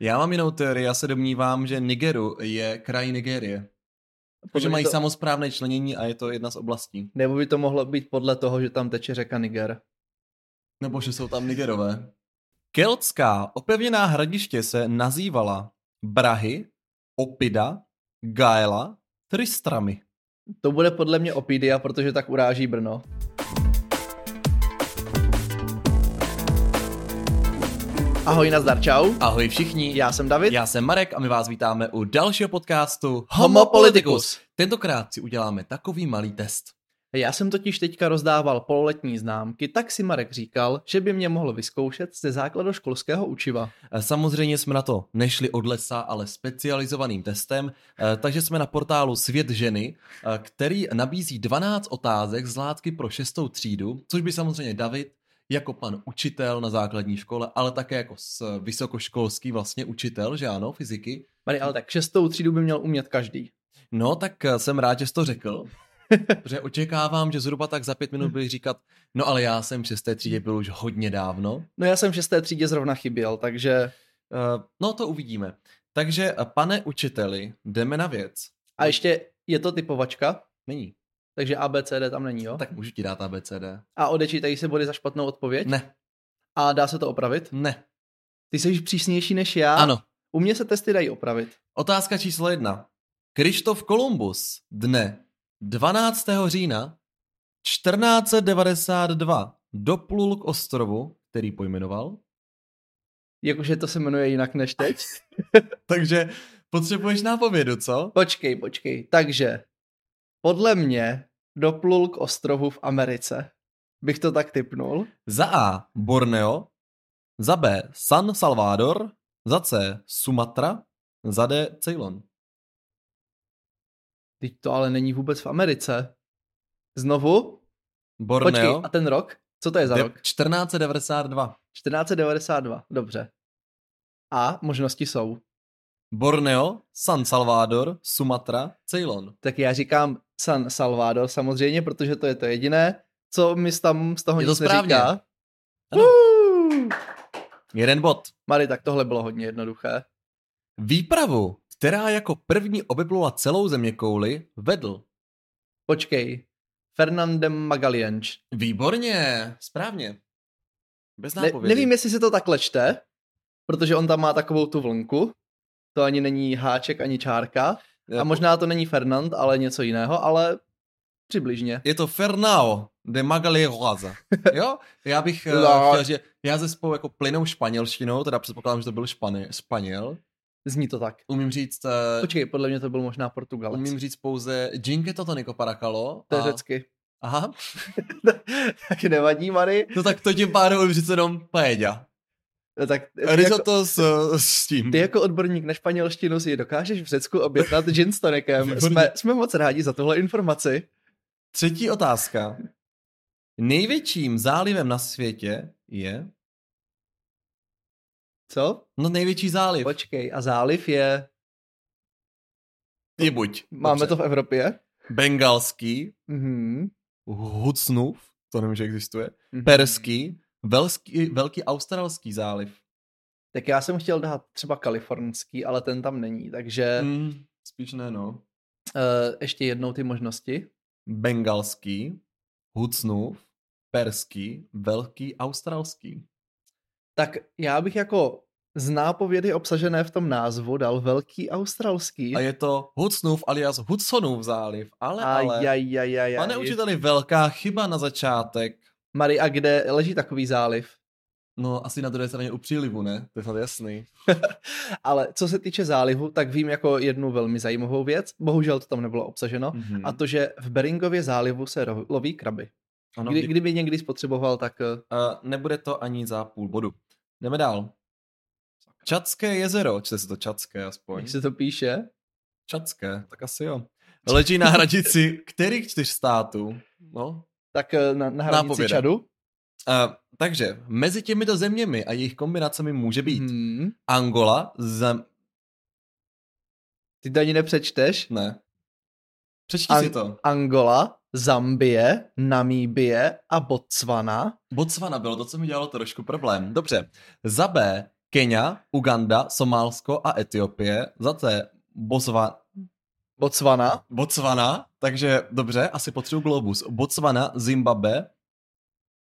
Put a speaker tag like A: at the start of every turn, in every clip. A: Já mám jinou teorii, já se domnívám, že Nigeru je kraj Nigérie. Protože Jako, mají
B: to,
A: to... samozprávné členění a je to jedna z oblastí.
B: Nebo by to mohlo být podle toho, že tam teče řeka Niger.
A: Nebo že jsou tam Nigerové. Keltská opevněná hradiště se nazývala Brahy, Opida, Gaela, Tristramy.
B: To bude podle mě Opidia, protože tak uráží Brno. Ahoj, nazdar, čau.
A: Ahoj všichni, já,
B: Já jsem David.
A: já jsem Marek a my vás vítáme u dalšího podcastu
B: Homo Politicus.
A: Tentokrát si uděláme takový malý test.
B: Já jsem totiž teďka rozdával pololetní známky, tak si Marek říkal, že by mě mohl vyzkoušet ze základoškolského učiva.
A: Eh, Samozřejmě jsme na to nešli od lesa, ale specializovaným testem, eh, takže jsme na portálu Svět ženy, eh, který nabízí 12 otázek z látky pro šestou třídu, což by samozřejmě David jako pan učitel na základní škole, ale také jako s vysokoškolský vlastně učitel, že ano, fyziky.
B: Mary, ale tak šestou třídu by měl umět každý.
A: No, tak eh, jsem rád, že jsi to řekl, protože očekávám, že zhruba tak za pět minut budeš říkat, no ale já jsem v šesté třídě byl už hodně dávno.
B: No já jsem v šesté třídě zrovna chyběl, takže...
A: Eh, No, to uvidíme. Takže, eh, pane učiteli, jdeme na věc.
B: A ještě je to typovačka,
A: Není.
B: takže ABCD tam není, jo?
A: No, tak můžu ti dát ABCD.
B: A odečítají se body za špatnou odpověď
A: Ne,
B: a dá se to opravit?
A: ne,
B: Ty jsi přísnější než já.
A: ano.
B: U mě se testy dají opravit.
A: Otázka číslo jedna. Krištof Kolumbus dne 12. října 1492 doplul k ostrovu, který pojmenoval.
B: Jakože to se jmenuje jinak než teď.
A: Takže potřebuješ nápovědu, co?
B: Počkej, počkej. Takže, podle mě doplul k ostrovu v Americe. Bych to tak typnul.
A: Za A. Borneo, za B. San Salvador, za C. Sumatra, za D. Ceylon.
B: Teď to ale není vůbec v Americe. Znovu? Počkej,
A: Borneo,
B: a ten rok? Co to je za
A: de-
B: rok?
A: 1492.
B: 1492, dobře. A možnosti jsou.
A: Borneo, San Salvador, Sumatra, Ceylon.
B: Tak já říkám San Salvador samozřejmě, protože to je to jediné, co mi tam z toho
A: Je
B: nic
A: to správně.
B: neříká.
A: Ano.
B: Uuu.
A: Jeden bod.
B: Mary, tak tohle bylo hodně jednoduché.
A: Výpravu, která jako první obeplula celou země kouli, vedl.
B: Počkej. Fernandem Magalienč.
A: Výborně, správně. Bez
B: Ne,
A: nápovědy.
B: nevím, jestli se to takhle čte, protože on tam má takovou tu vlnku. To ani není háček, ani čárka.
A: Jako-
B: A možná to není Fernand, ale něco jiného, ale přibližně.
A: Je to Fernao de Magalhães. Jo? Já bych eh,
B: No.
A: chtěl, že já ze spolu jako plynou španělštinou, teda předpokládám, že to byl špany, španěl.
B: Zní to tak.
A: Umím říct, eh,
B: Počkej, podle mě to byl možná Portugalec.
A: umím říct pouze Jinke to Nico Paracalo.
B: To je
A: a-
B: řecky.
A: Aha,
B: Tak nevadí, Mary.
A: no tak to tím pádem umím říct jenom paella.
B: No Tak ty jako,
A: Risotto s, eh, s tím.
B: ty jako odborník na španělštinu si dokážeš v Řecku objednat gin s tonikem.
A: Výborně.
B: Jsme, jsme moc rádi za tuhle informaci.
A: Třetí otázka. Největším zálivem na světě je...
B: Co?
A: No největší záliv.
B: Počkej, a záliv je...
A: Je buď.
B: Máme to v Evropě?
A: to... Bengalský,
B: Mhm.
A: Hucnův, to nevím, že existuje,
B: Mhm.
A: Perský, velský, Velký australský záliv.
B: Tak já jsem chtěl dát třeba kalifornský, ale ten tam není, takže mm.
A: Mm, spíš ne, no.
B: uh, ještě jednou ty možnosti.
A: Bengalský, Hucnův, Perský, Velký australský.
B: Tak já bych jako z nápovědy obsažené v tom názvu dal velký australský.
A: A je to Hucnův alias Hudsonův záliv, ale, ale...
B: Ajajajajaj.
A: Pane učiteli, velká chyba na začátek.
B: Mary, a kde leží takový záliv?
A: No, asi na druhé straně u přílivu, ne? To je snad jasný.
B: Ale co se týče zálivu, tak vím jako jednu velmi zajímavou věc. Bohužel to tam nebylo obsaženo.
A: Mm-hmm.
B: A to, že v Beringově zálivu se ro- loví kraby.
A: ano,
B: No, Kdy, kdyby někdy spotřeboval, tak eh,
A: Uh, nebude to ani za půl bodu. Jdeme dál. Čatské jezero, čte se to Čatské aspoň.
B: jak se to píše?
A: Čatské, tak asi jo. Leží na hranici kterých čtyř států? No.
B: Tak eh, na, na hranici
A: Nápověda.
B: Čadu.
A: Uh, takže mezi těmito zeměmi a jejich kombinacemi může být hmm.
B: Hmm.
A: Angola, zem...
B: Ty to ani nepřečteš.
A: ne. Přečti
B: Ang-
A: si to.
B: Angola, Zambie, Namíbie a Botswana.
A: Botswana bylo to, co mi dělalo trošku problém. Dobře. Za B Kenya, Uganda, Somálsko a Etiopie, za C Bosva,
B: Botswana,
A: Botswana, takže dobře, asi potřebuji globus. Botswana, Zimbabwe,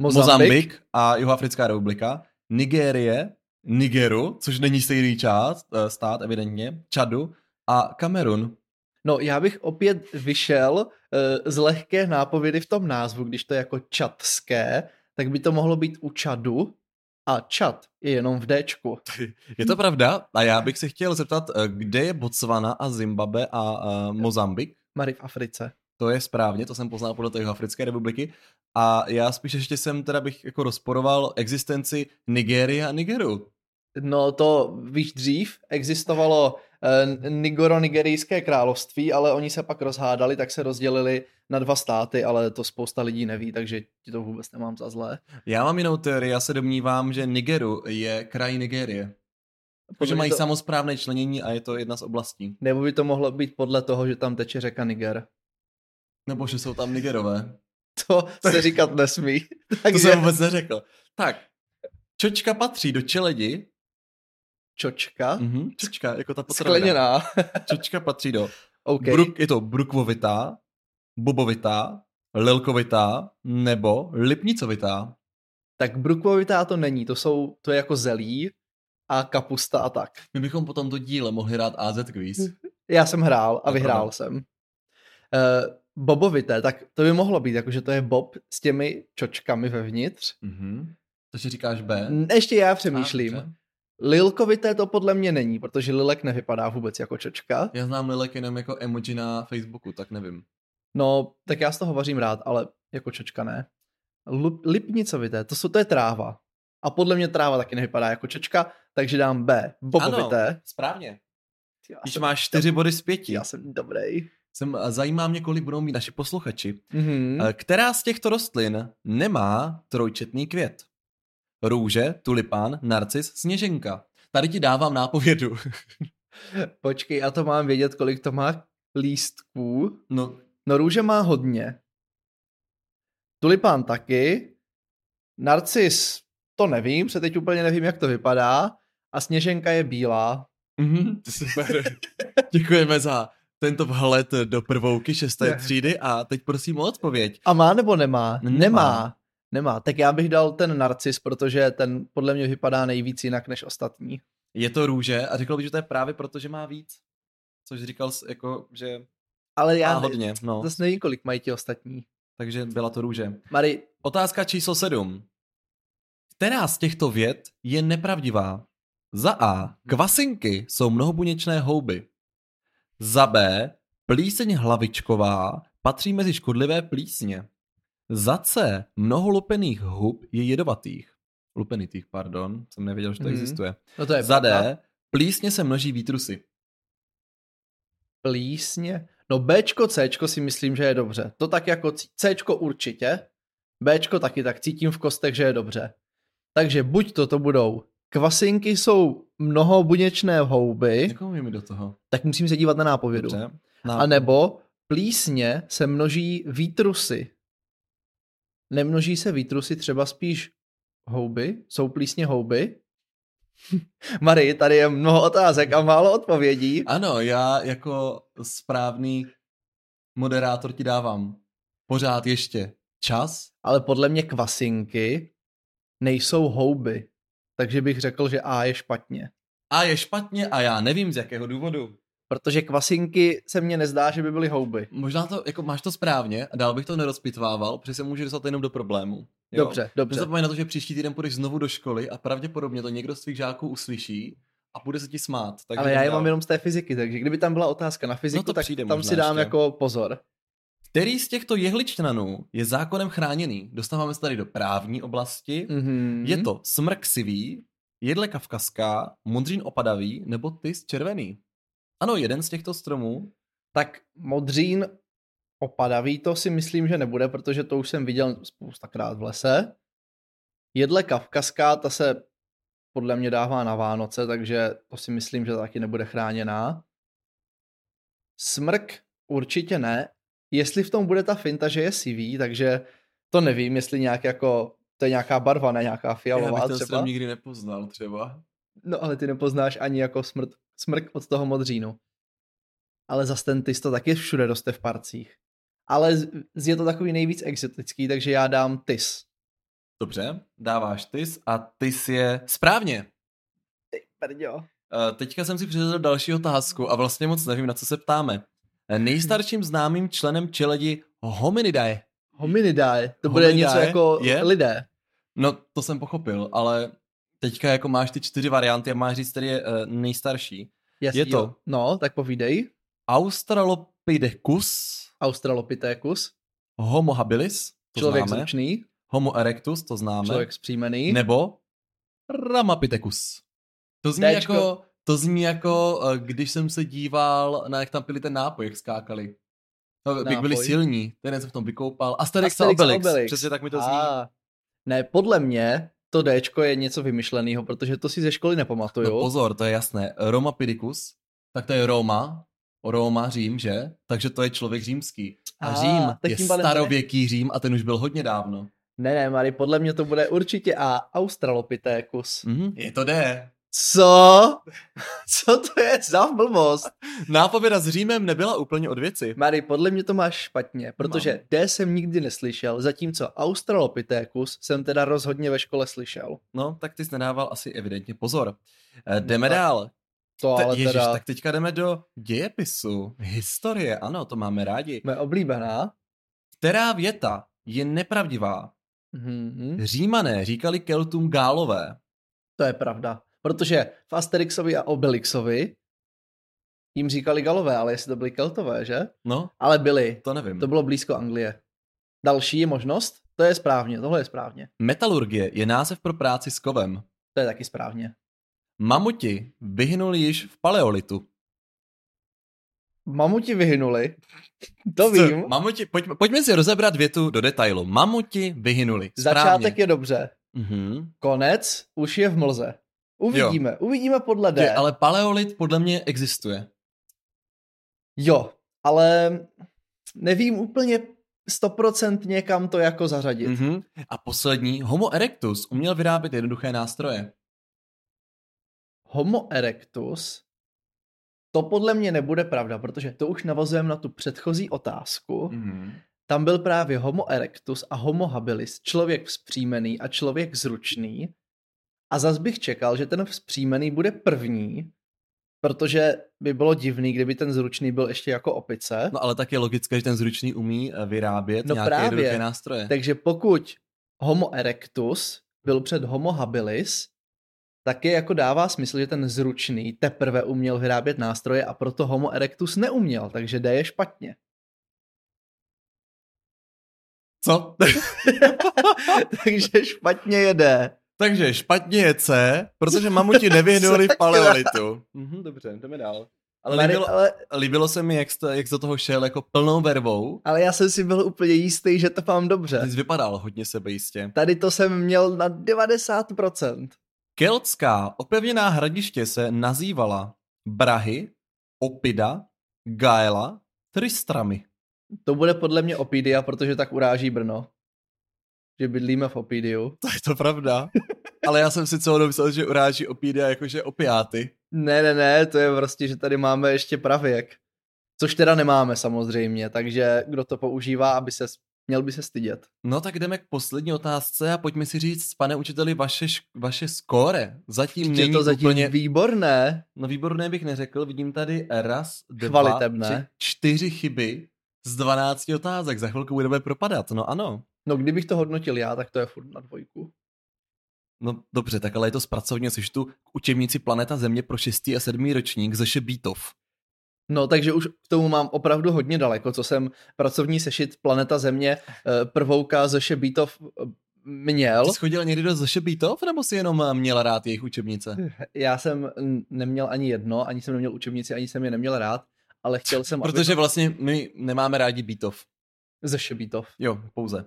B: Mozambik, Mozambik.
A: Mozambik a Jihoafrická republika, Nigérie, Nigeru, což není stejný část, eh, stát evidentně, Čadu a Kamerun.
B: No, já bych opět vyšel eh, z lehké nápovědy v tom názvu, když to je jako čatské, tak by to mohlo být u Čadu a Čad je jenom v Dčku.
A: Je to pravda? A já bych se chtěl zeptat, eh, kde je Botswana a Zimbabwe a eh, Mozambik?
B: Mary v Africe.
A: To je správně, to jsem poznal podle té Jihoafrické republiky. A já spíš ještě jsem teda bych jako rozporoval existenci Nigérie a Nigeru.
B: No to víš dřív, existovalo eh, Nigoro-nigerijské království, ale oni se pak rozhádali, tak se rozdělili na dva státy, ale to spousta lidí neví, takže ti to vůbec nemám za zlé.
A: Já mám jinou teorii, já se domnívám, že Nigeru je kraj Nigérie. Protože
B: Podle mě
A: mají
B: to,
A: samozprávné členění a je to jedna z oblastí.
B: Nebo by to mohlo být podle toho, že tam teče řeka Niger.
A: Nebo že jsou tam Nigerové.
B: To se říkat nesmí.
A: To
B: Takže
A: jsem vůbec neřekl. Tak, čočka patří do čeledi.
B: čočka,
A: Mhm, čočka, jako ta potravina.
B: skleněná.
A: Čočka patří do...
B: Okay.
A: Okay. Bruk, je to brukvovitá, bobovitá, lilkovitá nebo lipnicovitá.
B: Tak brukvovitá to není, to, jsou, to je jako zelí a kapusta a tak.
A: My bychom po tomto díle mohli hrát AZ quiz.
B: Já jsem hrál a
A: Dobrá.
B: vyhrál jsem. Uh, bobovité, tak to by mohlo být, jakože to je bob s těmi čočkami vevnitř.
A: Mhm. To, že říkáš B.
B: N- Ještě já přemýšlím.
A: Ah,
B: Ah,
A: dobře.
B: Lilkovité to podle mě není, protože lilek nevypadá vůbec jako čočka.
A: Já znám lilek jenom jako emoji na Facebooku, tak nevím.
B: No, tak já z toho vařím rád, ale jako čočka ne. Lup, lipnicovité, to, jsou, to je tráva. A podle mě tráva taky nevypadá jako čočka, takže dám B. Bobovité.
A: Správně.
B: Já
A: Když
B: jsem-
A: máš čtyři body z pěti.
B: Já jsem dobrý.
A: Jsem, zajímá mě, kolik budou mít naši posluchači.
B: Mhm.
A: Eh, Která z těchto rostlin nemá trojčetný květ? Růže, tulipán, narcis, sněženka. Tady ti dávám nápovědu.
B: Počkej, já to mám vědět, kolik to má lístků.
A: No,
B: No růže má hodně. Tulipán taky. Narcis, to nevím, se teď úplně nevím, jak to vypadá. A sněženka je bílá.
A: mhm, super. Děkujeme za tento vhled do prvouky šesté
B: Ne.
A: třídy a teď prosím o odpověď.
B: A má nebo nemá?
A: Nemá.
B: Nemá. Nemá. Tak já bych dal ten narcis, protože ten podle mě vypadá nejvíc jinak než ostatní.
A: Je to růže a řekl bych, že to je právě proto, že má víc. Což říkal, jsi jako, že
B: Ale já
A: já
B: ne-
A: hodně, no.
B: zase nevím, kolik mají ti ostatní.
A: Takže byla to růže.
B: Mary,
A: Otázka číslo 7. Která z těchto věd je nepravdivá? Za A. Kvasinky jsou mnohobuněčné houby. Za B. Plíseň hlavičková patří mezi škodlivé plísně. Za C. Mnoho lupených hub je jedovatých. Lupenitých, pardon, jsem nevěděl, že to
B: Mhm.
A: existuje.
B: no to je
A: Za
B: pravda.
A: D. Plísně se množí výtrusy.
B: Plísně? No Bčko, Cčko si myslím, že je dobře. To tak jako C- Cčko určitě, Bčko taky tak cítím v kostech, že je dobře. Takže buď to to budou kvasinky jsou mnohobuněčné houby,
A: Jakou mi do toho?
B: tak musím se dívat na nápovědu.
A: Dobře.
B: A nebo plísně se množí výtrusy. Nemnoží se výtrusy třeba spíš houby? Jsou plísně houby? Marie, tady je mnoho otázek a málo odpovědí.
A: Ano, já jako správný moderátor ti dávám pořád ještě čas.
B: ale podle mě kvasinky nejsou houby. Takže bych řekl, že A je špatně.
A: A je špatně a já nevím z jakého důvodu.
B: Protože kvasinky se mně nezdá, že by byly houby.
A: Možná to, jako máš to správně a dál bych to nerozpitvával, protože se může dostat jenom do problému. Jo?
B: Dobře, dobře.
A: Nezapomeň na to, že příští týden půjdeš znovu do školy a pravděpodobně to někdo z tvých žáků uslyší a bude se ti smát. Takže
B: Ale já
A: jdem
B: je
A: dál. No
B: mám jenom z té fyziky, takže kdyby tam byla otázka na fyziku,
A: to
B: tak
A: přijde
B: tam
A: možná
B: si dám
A: ještě.
B: jako pozor.
A: Který z těchto jehličnanů je zákonem chráněný? Dostáváme se tady do právní oblasti.
B: Mm-hmm.
A: Je to smrk sivý, jedle kavkazská, modřín opadavý nebo tys červený. Ano, jeden z těchto stromů.
B: Tak modřín opadavý to si myslím, že nebude, protože to už jsem viděl spoustakrát v lese. Jedle kavkaská, ta se podle mě dává na Vánoce, takže to si myslím, že taky nebude chráněná. Smrk určitě ne. Jestli v tom bude ta finta,
A: Hmm.
B: že je sivý, takže to nevím, jestli nějak jako, to je nějaká barva, ne nějaká
A: Já
B: fialová
A: bych ten
B: třeba.
A: strom nikdy nepoznal třeba.
B: No ale ty nepoznáš ani jako smrt, smrk od toho modřínu. Ale zas ten tis to taky všude roste v parcích. Ale z- z- je to takový nejvíc exotický, takže já dám tis.
A: Dobře, dáváš tys a tys je správně.
B: Prďo.
A: Eh, Teďka jsem si přečetl další otázku a vlastně moc nevím, na co se ptáme. Eh, Nejstarším známým členem čeledi hominidae.
B: Hominidae, to bude
A: Hominidae
B: něco jako
A: je?
B: lidé.
A: No, to jsem pochopil, ale teďka jako máš ty čtyři varianty a máš říct, který je eh, nejstarší.
B: Jasný,
A: Je to.
B: jo. No, tak povídej.
A: Australopithecus,
B: Australopithecus,
A: Homo habilis, to
B: člověk
A: známe.
B: zručný,
A: Homo erectus, to známe.
B: člověk zpříjmený.
A: Nebo Ramapithecus. To zní
B: Déčko.
A: jako, to zní jako, eh, když jsem se díval na jak tam pili ten nápoj, jak skákali. No, jak byli
B: Nápoj.
A: silní, ten jak jsem v tom vykoupal. Asterix, Asterix
B: Asterix a
A: a Obelix.
B: Obelix.
A: Obelix. Přesně tak mi to zní. A,
B: A, ne, podle mě to Dčko je něco vymyšleného, protože to si ze školy nepamatuju.
A: no pozor, to je jasné. Romapithecus, tak to je Roma, Roma, Řím, že? Takže to je člověk římský. A,
B: Ah,
A: Řím
B: tak
A: je
B: tím pádem to ne-
A: starověký Řím a ten už byl hodně dávno.
B: Ne, ne, Mary, podle mě to bude určitě A, Australopithecus.
A: Mhm. Je to D.
B: Co? Co to je za blbost?
A: Nápověda s Římem nebyla úplně od věci.
B: Mary, podle mě to máš špatně, protože
A: Mám.
B: D jsem nikdy neslyšel, zatímco Australopithecus jsem teda rozhodně ve škole slyšel.
A: No, tak ty jsi nedával asi evidentně pozor. Eh, Jdeme
B: No tak
A: dál.
B: To
A: Te,
B: ale
A: ježiš,
B: teda
A: tak teďka jdeme do dějepisu. Historie, ano, to máme rádi.
B: mé oblíbená.
A: Která věta je nepravdivá?
B: Mhm.
A: Římané říkali Keltům gálové.
B: To je pravda. Protože v Asterixovi a Obelixovi jim říkali galové, ale jestli to byli keltové, že?
A: No,
B: Ale byli.
A: to nevím.
B: To bylo blízko Anglie. Další je možnost? To je správně, tohle je správně.
A: Metalurgie je název pro práci s kovem.
B: To je taky správně.
A: Mamuti vyhnuli již v paleolitu.
B: Mamuti vyhynuli. To
A: Co?
B: vím.
A: Mamuti, pojďme, pojďme si rozebrat větu do detailu. Mamuti vyhynuli. Správně.
B: Začátek je dobře.
A: Mhm.
B: Konec už je v mlze. Uvidíme. Jo. Uvidíme podle D.
A: Je, ale paleolit podle mě existuje.
B: Jo, ale nevím úplně stoprocentně, kam to jako zařadit. Mm.
A: Mhm. A poslední, Homo erectus uměl vyrábět jednoduché nástroje.
B: Homo erectus, to podle mě nebude pravda, protože to už navazujeme na tu předchozí otázku.
A: Mhm.
B: Tam byl právě Homo erectus a Homo habilis, člověk vzpřímený a člověk zručný. A zas bych čekal, že ten vzpřímený bude první, protože by bylo divný, kdyby ten zručný byl ještě jako opice. No,
A: No ale tak je logické, že ten zručný umí eh, vyrábět
B: No
A: no nějaké
B: právě.
A: právě. jednoduché nástroje. Tak...
B: Takže pokud Homo erectus byl před Homo habilis, tak je jako dává smysl, že ten zručný teprve uměl vyrábět nástroje a proto Homo erectus neuměl, takže D je špatně.
A: Co?
B: takže špatně je D.
A: Takže špatně je C, protože mamuti nevyhnuli v
B: Sakra.
A: paleolitu. Mhm, dobře, jdeme dál. Ale,
B: Mary,
A: líbilo,
B: ale
A: líbilo se mi, jak, jste, jak za toho šel jako plnou vervou.
B: Ale já jsem si byl úplně jistý, že to mám
A: Ty
B: dobře.
A: jsi vypadal hodně sebejistě.
B: Tady to jsem měl na 90%.
A: Keltská opevněná hradiště se nazývala Brahy, Opida, Gaela, Tristramy.
B: To bude podle mě Opidia, protože tak uráží Brno. Že bydlíme v Opidiu.
A: To je to pravda. Ale já jsem si celou dobu myslel, že uráží opídia jakože opiáty.
B: Ne, ne, ne, to je prostě, že tady máme ještě pravěk. Což teda nemáme samozřejmě, takže kdo to používá, aby se, měl by se stydět.
A: No tak jdeme k poslední otázce a pojďme si říct, pane učiteli, vaše, šk- vaše skóre. Zatím
B: Je
A: není
B: to zatím
A: úplně...
B: úplně... výborné.
A: No výborné bych neřekl, vidím tady raz, dva,
B: Chvalitebné.
A: tři, čtyři chyby z 12 otázek. Za chvilku budeme propadat, no ano.
B: No kdybych to hodnotil já, tak to je furt na dvojku.
A: No dobře, tak ale je to z pracovního seštu k učebnici Planeta Země pro 6. a 7. ročník ze Šebítov.
B: No, takže už k tomu mám opravdu hodně daleko, co jsem pracovní sešit Planeta Země eh, prvouka ze Šebítov eh, měl.
A: Ty jsi chodil někdy do ze Šebítov, nebo si jenom eh, měl rád jejich učebnice?
B: Já jsem mm, neměl ani jedno, ani jsem neměl učebnici, ani jsem je neměl rád, ale chtěl jsem, aby
A: Protože
B: to-
A: vlastně my nemáme rádi Bítov.
B: ze Šebítov.
A: Jo, pouze.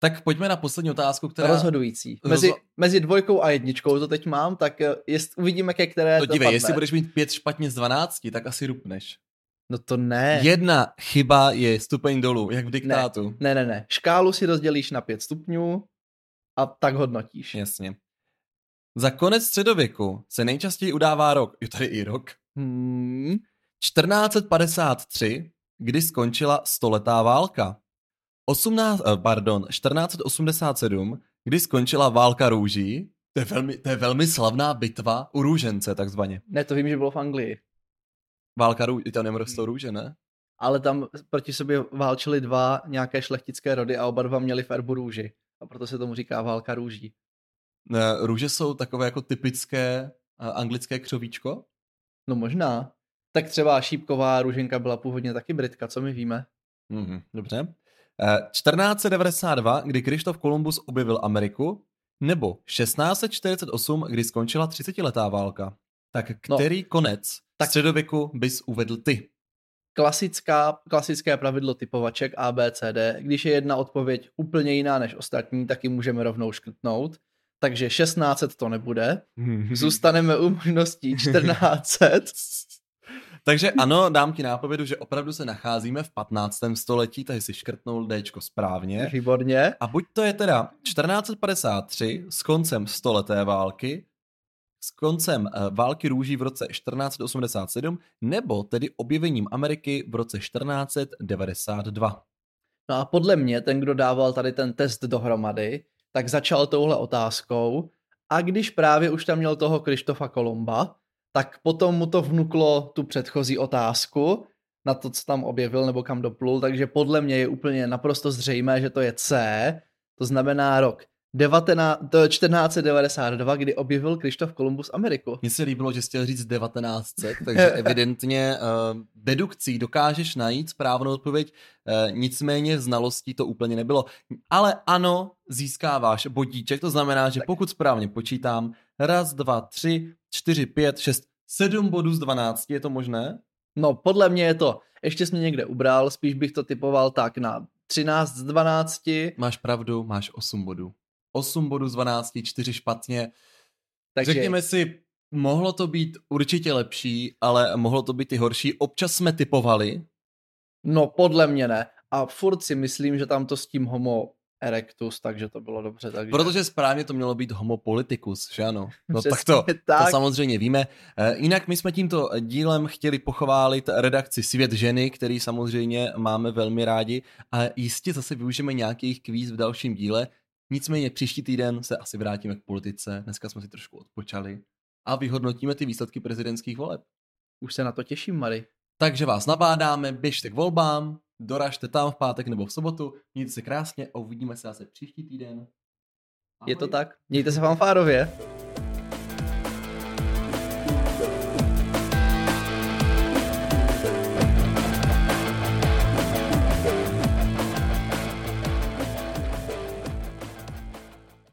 A: Tak pojďme na poslední otázku, která...
B: Teda... Rozhodující. Mezi,
A: Rozho-
B: mezi dvojkou a jedničkou to teď mám, tak eh, jest, uvidíme, ke které
A: No
B: to
A: dívej,
B: padne.
A: jestli budeš mít pět špatně z 12, tak asi rupneš.
B: No to ne.
A: Jedna chyba je stupeň dolů, jak v diktátu.
B: Ne, ne, ne. Škálu si rozdělíš na pět stupňů a tak hodnotíš.
A: Jasně. Za konec středověku se nejčastěji udává rok, je tady i rok,
B: Hmm.
A: 1453, kdy skončila stoletá válka. 18, eh, pardon, 1487, kdy skončila válka růží. To je velmi, to je velmi slavná bitva u růžence, takzvaně.
B: Ne, to vím, že bylo v Anglii.
A: Válka růží, tam nemrostou růže, ne?
B: Ale tam proti sobě válčili dva nějaké šlechtické rody a oba dva měli v erbu růži. A proto se tomu říká válka růží.
A: Ne, Růže jsou takové jako typické eh, anglické křovíčko.
B: No možná. Tak třeba šípková růženka byla původně taky Britka, co my víme.
A: Mm-hmm. Dobře. Eh, 1492, kdy Krištof Kolumbus objevil Ameriku, nebo 1648, kdy skončila 30-letá válka. Tak
B: No.
A: který no, konec tak...
B: Tak-
A: středověku bys uvedl ty?
B: Klasická, klasické pravidlo typovaček ABCD, když je jedna odpověď úplně jiná než ostatní, tak ji můžeme rovnou škrtnout. Takže 1600 to nebude.
A: Mhm.
B: Zůstaneme u možností 1400.
A: Takže ano, dám ti nápovědu, že opravdu se nacházíme v 15. století, takže si škrtnul Dčko správně.
B: Výborně.
A: A buď to je teda 1453 s koncem stoleté války, s koncem eh, války růží v roce 1487, nebo tedy objevením Ameriky v roce 1492.
B: No a podle mě ten, kdo dával tady ten test dohromady, tak začal touhle otázkou a když právě už tam měl toho Krištofa Kolumba, tak potom mu to vnuklo tu předchozí otázku na to, co tam objevil nebo kam doplul, takže podle mě je úplně naprosto zřejmé, že to je C, to znamená rok 19, to je 1492, kdy objevil Krištof Kolumbus Ameriku.
A: Mně se líbilo, že jsi chtěl říct 1900, takže evidentně uh, dedukcí dokážeš najít správnou odpověď, uh, nicméně znalostí to úplně nebylo. Ale ano, získáváš bodíček, to znamená, že pokud správně počítám, raz, dva, tři, čtyři, pět, šest, sedm bodů z 12, je to možné?
B: No, podle mě je to, ještě jsi mě někde ubral, spíš bych to typoval tak na 13 z 12,
A: Máš pravdu, máš 8 bodů. 8 bodů z 12, 4 špatně. Takže...
B: takže...
A: Řekněme si, mohlo to být určitě lepší, ale mohlo to být i horší. Občas jsme typovali.
B: No podle mě ne. A furt si myslím, že tam to s tím homo erectus, takže to bylo dobře. Takže...
A: Protože správně to mělo být homo politicus, že ano? No
B: Přesně
A: tak to,
B: tak.
A: to samozřejmě víme. Eh, Jinak my jsme tímto dílem chtěli pochválit redakci Svět ženy, který samozřejmě máme velmi rádi a jistě zase využijeme nějakých kvíz v dalším díle. Nicméně příští týden se asi vrátíme k politice. Dneska jsme si trošku odpočali a vyhodnotíme ty výsledky prezidentských voleb.
B: Už se na to těším, Mary.
A: Takže vás nabádáme, běžte k volbám, doražte tam v pátek nebo v sobotu, mějte se krásně a uvidíme se zase příští týden.
B: Je to
A: Ahoj.
B: tak? Mějte se fanfárově.